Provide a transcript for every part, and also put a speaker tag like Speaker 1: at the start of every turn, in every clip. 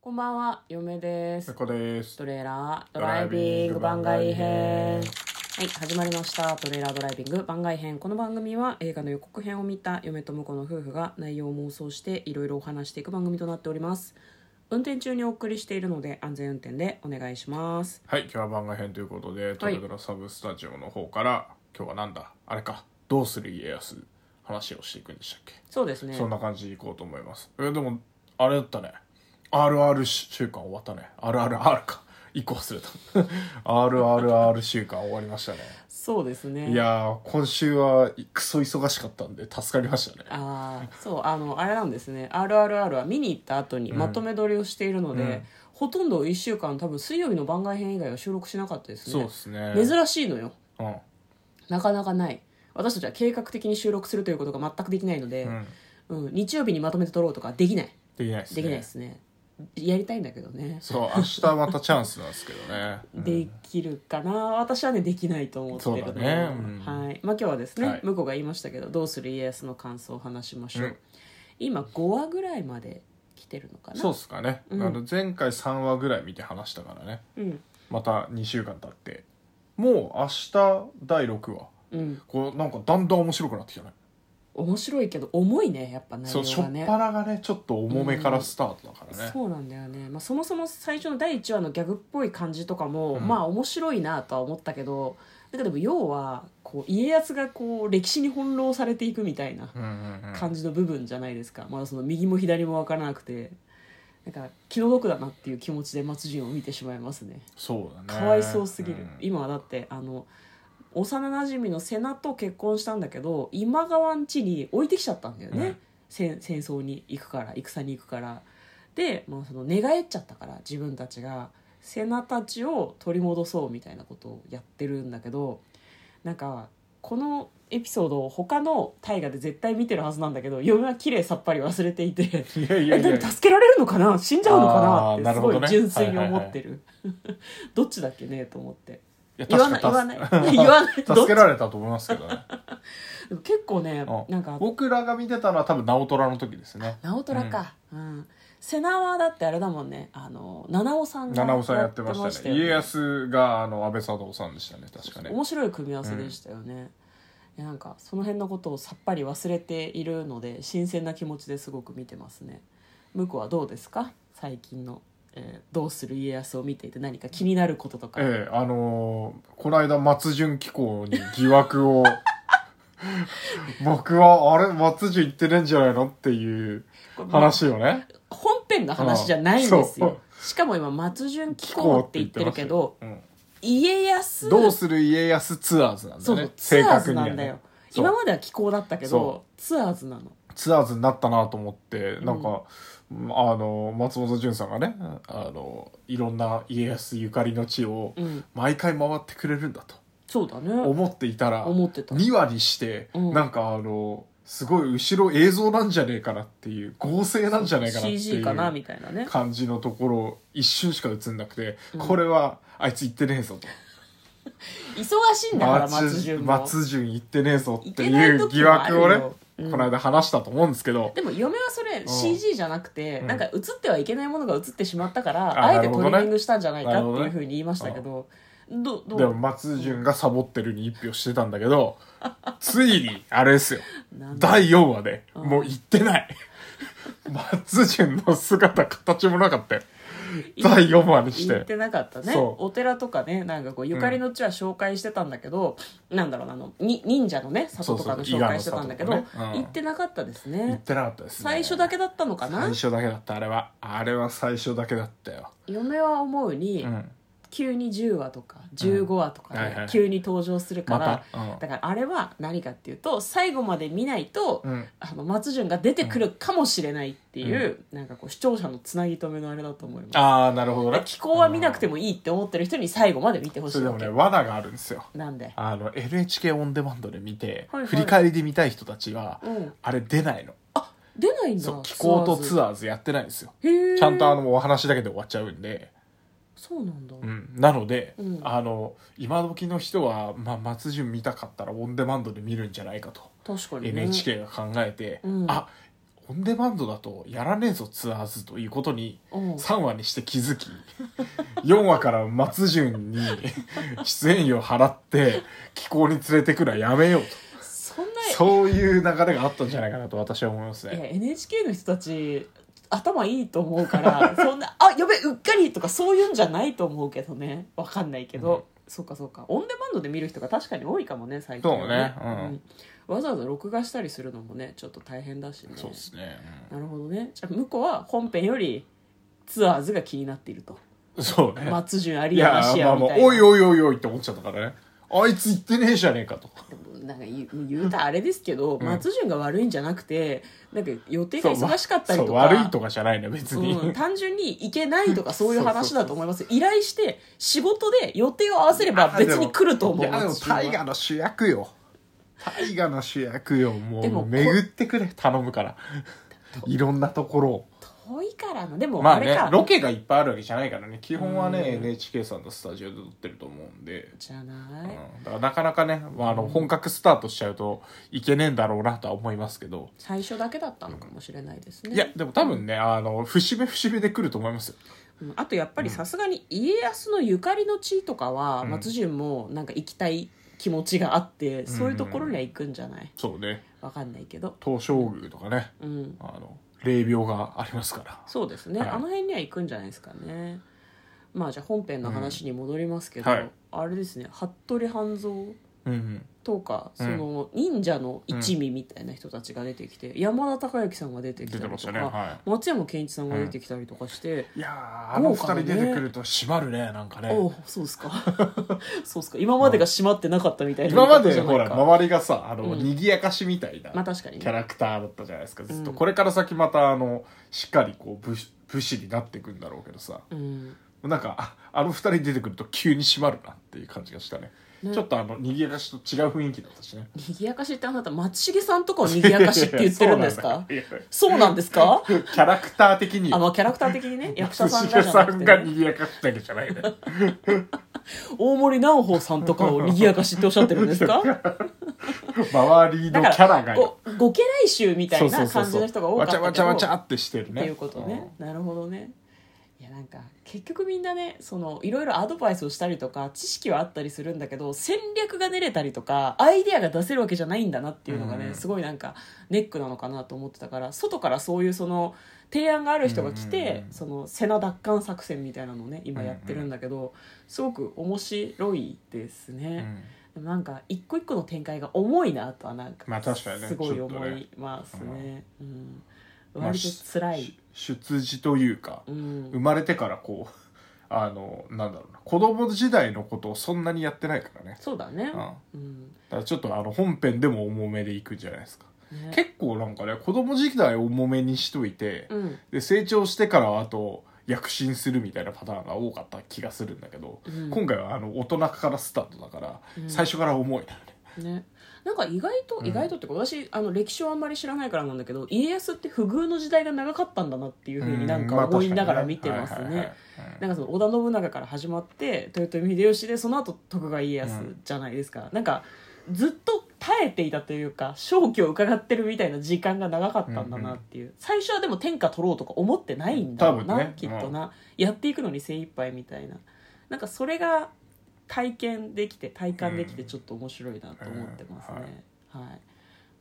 Speaker 1: こんばんは、嫁です。
Speaker 2: こです。
Speaker 1: トレーラードライビング番外編。はい、始まりました。トレーラードライビング番外編。この番組は映画の予告編を見た嫁と婿の夫婦が内容を妄想していろいろお話していく番組となっております。運転中にお送りしているので安全運転でお願いします。
Speaker 2: はい、今日は番外編ということで、トレドラサブスタジオの方から、今日はなんだあれか、どうする家康話をしていくんでしたっけ、
Speaker 1: そうですね。
Speaker 2: そんな感じでいこうと思います。え、でも、あれだったね。RR 週間終わったね。RRR か。一個忘れた。RRR 週間終わりましたね。
Speaker 1: そうですね。
Speaker 2: いやー、今週はクソ忙しかったんで助かりましたね。
Speaker 1: ああそうあのあれなんですね「RRR」は見に行った後にまとめ撮りをしているので、ほとんど1週間多分水曜日の番外編以外は収録しなかったですね
Speaker 2: そうですね。
Speaker 1: 珍しいのよ
Speaker 2: うん。
Speaker 1: なかなかない私たちは計画的に収録するということが全くできないので、
Speaker 2: うん。
Speaker 1: うん日曜日にまとめて撮ろうとかできない
Speaker 2: できないですね。
Speaker 1: できないですねやりたいんだけどね
Speaker 2: そう、明日またチャンスなんですけどね。うん
Speaker 1: できるかな、私はねできないと思ってる
Speaker 2: そう
Speaker 1: の
Speaker 2: だ
Speaker 1: で、
Speaker 2: ねうん
Speaker 1: はいまあ、今日はですね、
Speaker 2: はい
Speaker 1: 向こうが言いましたけど「どうする家康」の感想を話しましょう、
Speaker 2: うん
Speaker 1: 今5話ぐらいまで来てるのかな
Speaker 2: そうっすかね、
Speaker 1: うん
Speaker 2: あの前回3話ぐらい見て話したからね
Speaker 1: うん
Speaker 2: また2週間経ってもう明日第6話
Speaker 1: うん
Speaker 2: こうなんかだんだん面白くなってきたね
Speaker 1: 面白いけど重いねやっぱ内
Speaker 2: そうし
Speaker 1: 容
Speaker 2: ょ
Speaker 1: が
Speaker 2: っ
Speaker 1: ね
Speaker 2: ぱながねちょっと重めからスタートだからね、
Speaker 1: そうなんだよね、まあ、そもそも最初の第1話のギャグっぽい感じとかも、
Speaker 2: うん
Speaker 1: まあ面白いなとは思ったけどなんかでも要はこう家康がこう歴史に翻弄されていくみたいな
Speaker 2: うんうんうん
Speaker 1: 感じの部分じゃないですか、まだその右も左も分からなくてなんか気の毒だなっていう気持ちで松潤を見てしまいますね
Speaker 2: そうだね
Speaker 1: かわいそうすぎる、
Speaker 2: うん
Speaker 1: 今はだってあの幼なじみの瀬名と結婚したんだけど今川ん家に置いてきちゃったんだよね、
Speaker 2: うん
Speaker 1: 戦戦争に行くから戦に行くからで、まあ、その寝返っちゃったから自分たちが瀬名たちを取り戻そうみたいなことをやってるんだけどなんかこのエピソードを他の大河で絶対見てるはずなんだけど嫁は綺麗さっぱり忘れていて
Speaker 2: いやいや
Speaker 1: え
Speaker 2: いやい
Speaker 1: で
Speaker 2: や
Speaker 1: も助けられるのかな死んじゃうのかな
Speaker 2: あー
Speaker 1: っ
Speaker 2: な
Speaker 1: てすご
Speaker 2: るほ
Speaker 1: い
Speaker 2: どね
Speaker 1: 純粋に思ってる どっちだっけねと思って
Speaker 2: いや
Speaker 1: 言わない言
Speaker 2: 確
Speaker 1: わ
Speaker 2: か
Speaker 1: ない 言わない
Speaker 2: 助けられたと思いますけ どね
Speaker 1: でも結構ね
Speaker 2: うん
Speaker 1: なんか
Speaker 2: 僕らが見てたのは多分直虎の時ですね
Speaker 1: 直虎か、うん瀬名はだってあれだもんねあの七尾さんが
Speaker 2: 七尾さんやってましたね
Speaker 1: よ
Speaker 2: 家康があの安倍佐藤さんでしたね確かね
Speaker 1: 面白い組み合わせでしたよね、いやなんかその辺のことをさっぱり忘れているので新鮮な気持ちですごく見てますね向こうはどうですか最近の、えーどうする家康」を見ていて何か気になることとか、
Speaker 2: ええあのーこの間松潤機構に疑惑を 僕はあれ松潤言ってねえんじゃないのっていう
Speaker 1: これ
Speaker 2: 話をね
Speaker 1: 本編の話じゃないんです
Speaker 2: うん
Speaker 1: よ
Speaker 2: そ
Speaker 1: しかも今松潤
Speaker 2: 機
Speaker 1: 機
Speaker 2: 構
Speaker 1: 構
Speaker 2: っ
Speaker 1: ってて
Speaker 2: 言
Speaker 1: 言
Speaker 2: っ
Speaker 1: ってて
Speaker 2: ま
Speaker 1: る
Speaker 2: す
Speaker 1: け
Speaker 2: よ
Speaker 1: ど
Speaker 2: うん
Speaker 1: 家康
Speaker 2: どうする家康ツアーズなんだ
Speaker 1: そう
Speaker 2: よ
Speaker 1: そ
Speaker 2: ね
Speaker 1: うツアーズ
Speaker 2: は
Speaker 1: な
Speaker 2: ね
Speaker 1: んだよ
Speaker 2: そう
Speaker 1: 今までは気候だったけど
Speaker 2: そ
Speaker 1: ツアーズなの
Speaker 2: ツアーズになったなと思ってなんか、あの松本潤さんがねあのいろんな家康ゆかりの地を
Speaker 1: うん
Speaker 2: 毎回回ってくれるんだと
Speaker 1: そうだね
Speaker 2: 思っていたら、
Speaker 1: 思ってた
Speaker 2: 2話にして、
Speaker 1: うん
Speaker 2: なんかあのすごい後ろ映像なんじゃねえかなっていう合成なんじゃないかなってい
Speaker 1: CG かな
Speaker 2: う
Speaker 1: みたいなね
Speaker 2: 感じのところ一瞬しか映んなくて、
Speaker 1: うん
Speaker 2: これはあいつ行ってねえぞと
Speaker 1: 忙しいんだから松潤も
Speaker 2: 松潤行ってねえぞって
Speaker 1: 行けない
Speaker 2: いう
Speaker 1: 時
Speaker 2: 疑
Speaker 1: もある
Speaker 2: 惑
Speaker 1: よ
Speaker 2: をね、
Speaker 1: うん
Speaker 2: この間話したと思うんですけど、
Speaker 1: でも嫁はそれ
Speaker 2: ん
Speaker 1: CG じゃなくて、
Speaker 2: うん
Speaker 1: なんか映ってはいけないものが映ってしまったから、
Speaker 2: あ
Speaker 1: あえて
Speaker 2: なる
Speaker 1: ト
Speaker 2: ほど
Speaker 1: リ
Speaker 2: ね
Speaker 1: ミングしたんじゃないかって
Speaker 2: なるほ
Speaker 1: い
Speaker 2: ど
Speaker 1: う
Speaker 2: ね
Speaker 1: ふうに言いましたけどどどう
Speaker 2: でも松潤がサボってるに一票してたんだけ ど、ついにあれですよ
Speaker 1: なんだ
Speaker 2: 第4話で、
Speaker 1: うん
Speaker 2: もう行ってない松潤の姿形もなかったよ第4話にし
Speaker 1: 行っててなかったね
Speaker 2: そう
Speaker 1: お寺とかねなんかこうゆかりの地は紹介してたんだけど、なんだろうなあのに忍者のね里とかの
Speaker 2: そうそう
Speaker 1: 紹介してたんだけど、
Speaker 2: 伊賀の里とかねうん
Speaker 1: 行ってなかったです
Speaker 2: 行っ
Speaker 1: ね
Speaker 2: てなかったですね
Speaker 1: 最初だけだったのかな
Speaker 2: 最初だけだったあれはあれは最初だけだったよ
Speaker 1: 嫁は思うに、
Speaker 2: うん
Speaker 1: 急に10話とか15話とか
Speaker 2: はいはい
Speaker 1: で
Speaker 2: はい
Speaker 1: 急に登場するから、
Speaker 2: またうん
Speaker 1: だからあれは何かっていうと最後まで見ないと、
Speaker 2: うん
Speaker 1: あの松潤が出てくるかもしれないっていう、なんかこう視聴者のつなぎ止めのあれだと思います
Speaker 2: ああなるほどね
Speaker 1: 気候は見なくてもいいって思ってる人に最後まで見てほし
Speaker 2: そ
Speaker 1: い
Speaker 2: れで
Speaker 1: わ
Speaker 2: も
Speaker 1: け、
Speaker 2: ね罠があるんですよ
Speaker 1: なんで
Speaker 2: あの NHK オンデマンドで見て、
Speaker 1: はいはい
Speaker 2: 振り返りで見たい人たちは、
Speaker 1: うん
Speaker 2: あれ出ないの
Speaker 1: 出ないんだ
Speaker 2: そう気候とツ
Speaker 1: ア
Speaker 2: アーズやってないんですよ
Speaker 1: ーへえ
Speaker 2: ちゃんとあのお話だけで終わっちゃうんで、
Speaker 1: そうなんだ、
Speaker 2: うん、なので、
Speaker 1: うん
Speaker 2: あの今時の人は、まあ、松潤見たかったらオンデマンドで見るんじゃないかと、
Speaker 1: 確かにね
Speaker 2: NHK が考えて、
Speaker 1: うん
Speaker 2: あオンデマンドだとやらねえぞツアーズということに
Speaker 1: うん
Speaker 2: 3話にして気 づき4話から松潤に出演料払って気候に連れてくのはやめようと
Speaker 1: そんな
Speaker 2: そういう流れがあったんじゃないかなと私は思います
Speaker 1: いや
Speaker 2: ね
Speaker 1: NHK の人たち頭いいと思うから そんな「あやべうっかり」とかそういうんじゃないと思うけどねわかんないけど、
Speaker 2: うん
Speaker 1: そうかそうかオンデマンドで見る人が確かに多いかもね最近は
Speaker 2: そうね
Speaker 1: うんわざわざ録画したりするのもねちょっと大変だしね
Speaker 2: そうですね、
Speaker 1: なるほどねじゃあ向こうは本編よりツアーズが気になっていると
Speaker 2: うんそうね
Speaker 1: 松潤有
Speaker 2: いや
Speaker 1: 山シ
Speaker 2: ま
Speaker 1: ア
Speaker 2: あ
Speaker 1: み
Speaker 2: まあ
Speaker 1: たい
Speaker 2: おい
Speaker 1: な
Speaker 2: おいおいおいって思っちゃったからねあいつ言ってねえじゃねえかと
Speaker 1: なんか言う言うたらあれですけど、
Speaker 2: うん
Speaker 1: 松潤が悪いんじゃなくてなんか予定が
Speaker 2: そう
Speaker 1: 忙しかったりとか
Speaker 2: そう悪いとかじゃないね別に、
Speaker 1: うん、単純に行けないとかそういう話だと 思いますよ依頼して仕事で予定を合わせれば別に来ると思う
Speaker 2: いやでも
Speaker 1: 私は
Speaker 2: 大河の主役よ大河の主役よもう
Speaker 1: でもこ
Speaker 2: 巡ってくれ頼むからいろんなところを
Speaker 1: 遠いからなでも
Speaker 2: まあ
Speaker 1: あ
Speaker 2: ね
Speaker 1: れか、
Speaker 2: ロケがいっぱいあるわけじゃないからね基本はね
Speaker 1: うん
Speaker 2: NHK さんのスタジオで撮ってると思うんで、
Speaker 1: じゃな
Speaker 2: う
Speaker 1: い、
Speaker 2: ん、だからなかなかね、まあ、あの本格スタートしちゃうといけねえんだろうなとは思いますけど、
Speaker 1: 最初だけだったのかもしれないですね
Speaker 2: いやでも多分ねあの節目節目で来ると思いますよ
Speaker 1: うんあとやっぱりさすがに家康のゆかりの地とかは、
Speaker 2: うん
Speaker 1: 松潤もなんか行きたい気持ちがあって、そういうところには行くんじゃない
Speaker 2: そうね
Speaker 1: わかんないけど
Speaker 2: 東照宮とかね
Speaker 1: うん
Speaker 2: あの霊廟がありますから
Speaker 1: そうですね、
Speaker 2: はい
Speaker 1: あの辺には行くんじゃないですかねまあじゃあ本編の話に戻りますけど、
Speaker 2: うんはい
Speaker 1: あれですね服部半蔵
Speaker 2: うんうん
Speaker 1: とか
Speaker 2: う
Speaker 1: そ
Speaker 2: ん
Speaker 1: の忍者の一味みたいな人たちが出てきて、山田孝之さんが出てき
Speaker 2: 出
Speaker 1: た
Speaker 2: て
Speaker 1: り
Speaker 2: ま
Speaker 1: と
Speaker 2: し
Speaker 1: か、
Speaker 2: たねはい
Speaker 1: 松山ケンイチさんが出てきたりとかして、
Speaker 2: いやーあの二
Speaker 1: 豪華
Speaker 2: 人
Speaker 1: だね
Speaker 2: 出てくると縛るねなんかね
Speaker 1: おうそうですか そうですか今までが閉まってなかったみたいな
Speaker 2: 今ま
Speaker 1: 言い方じ
Speaker 2: で
Speaker 1: ゃ
Speaker 2: ほ
Speaker 1: ない
Speaker 2: ら
Speaker 1: か
Speaker 2: 周りがさあの、
Speaker 1: うん
Speaker 2: 賑やかしみたいな
Speaker 1: まあ確かに
Speaker 2: キ
Speaker 1: ね
Speaker 2: ャラクターだったじゃないですかずっと、
Speaker 1: うん
Speaker 2: これから先またあのしっかりこう武士武士になっていくんだろうけどさ
Speaker 1: うん
Speaker 2: なんかああの二人出てくると急に縛るなっていう感じがしたね
Speaker 1: ね
Speaker 2: ちょっとあの賑やかしと違う雰囲気だったしね
Speaker 1: 賑やかしってあなた松重さんとかを賑やかしって言ってるんです か
Speaker 2: いやいや
Speaker 1: そうなんですか
Speaker 2: キャラクター的に
Speaker 1: あまあキャラクター的に ね役者さん
Speaker 2: 松
Speaker 1: が
Speaker 2: 重
Speaker 1: じゃ
Speaker 2: さ
Speaker 1: なく
Speaker 2: ん
Speaker 1: て
Speaker 2: が
Speaker 1: ね、
Speaker 2: 賑やかしだけじゃないね
Speaker 1: 大森南穂さんとかを賑やかしっておっしゃってるんです か
Speaker 2: 周りの
Speaker 1: だ
Speaker 2: キ
Speaker 1: か
Speaker 2: ャラが
Speaker 1: らごご家来衆みた
Speaker 2: そ
Speaker 1: いう
Speaker 2: そ
Speaker 1: な
Speaker 2: うそう
Speaker 1: 感
Speaker 2: そ
Speaker 1: じ
Speaker 2: う
Speaker 1: の人が多かったけど
Speaker 2: わちゃわちゃわちゃってしてるね
Speaker 1: っていうことね、なるほどねいやなんか結局みんなねそのいろいろアドバイスをしたりとか知識はあったりするんだけど戦略が練れたりとかアイデアが出せるわけじゃないんだなっていうのがね、
Speaker 2: うん
Speaker 1: すごいなんかネックなのかなと思ってたから外からそういうその提案がある人が来
Speaker 2: うん
Speaker 1: て
Speaker 2: う、んうん
Speaker 1: そのセナ奪還作戦みたいなのをね今やってるんだけど、すごく面白いです
Speaker 2: う
Speaker 1: ね、
Speaker 2: ん
Speaker 1: でもなんか一個一個の展開が重いなとはなんか,、
Speaker 2: まあ確かにね
Speaker 1: すごい
Speaker 2: ちょっと
Speaker 1: 思
Speaker 2: ね
Speaker 1: いますね、うん
Speaker 2: まあ
Speaker 1: 割と辛い、
Speaker 2: し出自というか、
Speaker 1: うん
Speaker 2: 生まれてからこうあのなんだろうな子供時代のことをそんなにやってないからね
Speaker 1: そうだね
Speaker 2: うん、だか
Speaker 1: うん
Speaker 2: らちょっとあの本編でも重めでいくんじゃないですか、
Speaker 1: ね
Speaker 2: 結構なんかね子供時代を重めにしといて、
Speaker 1: うん
Speaker 2: で成長してからはあと躍進するみたいなパターンが多かった気がするんだけど、
Speaker 1: うん
Speaker 2: 今回はあの大人からスタートだから、
Speaker 1: うん
Speaker 2: 最初から重いからね
Speaker 1: ねなんか意外と
Speaker 2: うん
Speaker 1: 意外とってか、私あの歴史をあんまり知らないからなんだけど家康って不遇の時代が長かったんだなっていうふうになんか思いながら見てますね。なんかその織田信長から始まって豊臣秀吉でその後徳川家康じゃないですか、なんかずっと耐えていたというか正気を伺ってるみたいな時間が長かったんだなっていう、最初はでも天下取ろうとか思ってないんだろうな、
Speaker 2: 多分ね
Speaker 1: きっとな、やっていくのに精一杯みたいななんかそれが体験できて体感できて
Speaker 2: うん
Speaker 1: ちょっと面白いなと思ってます
Speaker 2: うん
Speaker 1: ね、は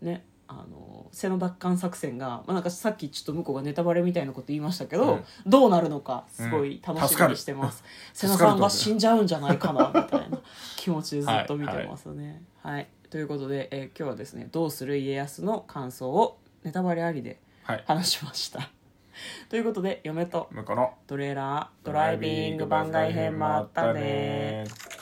Speaker 1: いねあの瀬の奪還作戦が、まあ、なんかさっきちょっと向こうがネタバレみたいなこと言いましたけど、どうなるのかすごい楽しみにしてます、 瀬名さんが死んじゃうんじゃないかなみたいな気持ちでずっと見てますね。はい、ということで、えー今日はですね「どうする家康」の感想をネタバレありで
Speaker 2: はい
Speaker 1: 話しました。 ということで嫁と
Speaker 2: 向こうの
Speaker 1: トレーラードライビング番外編もあったね
Speaker 2: ー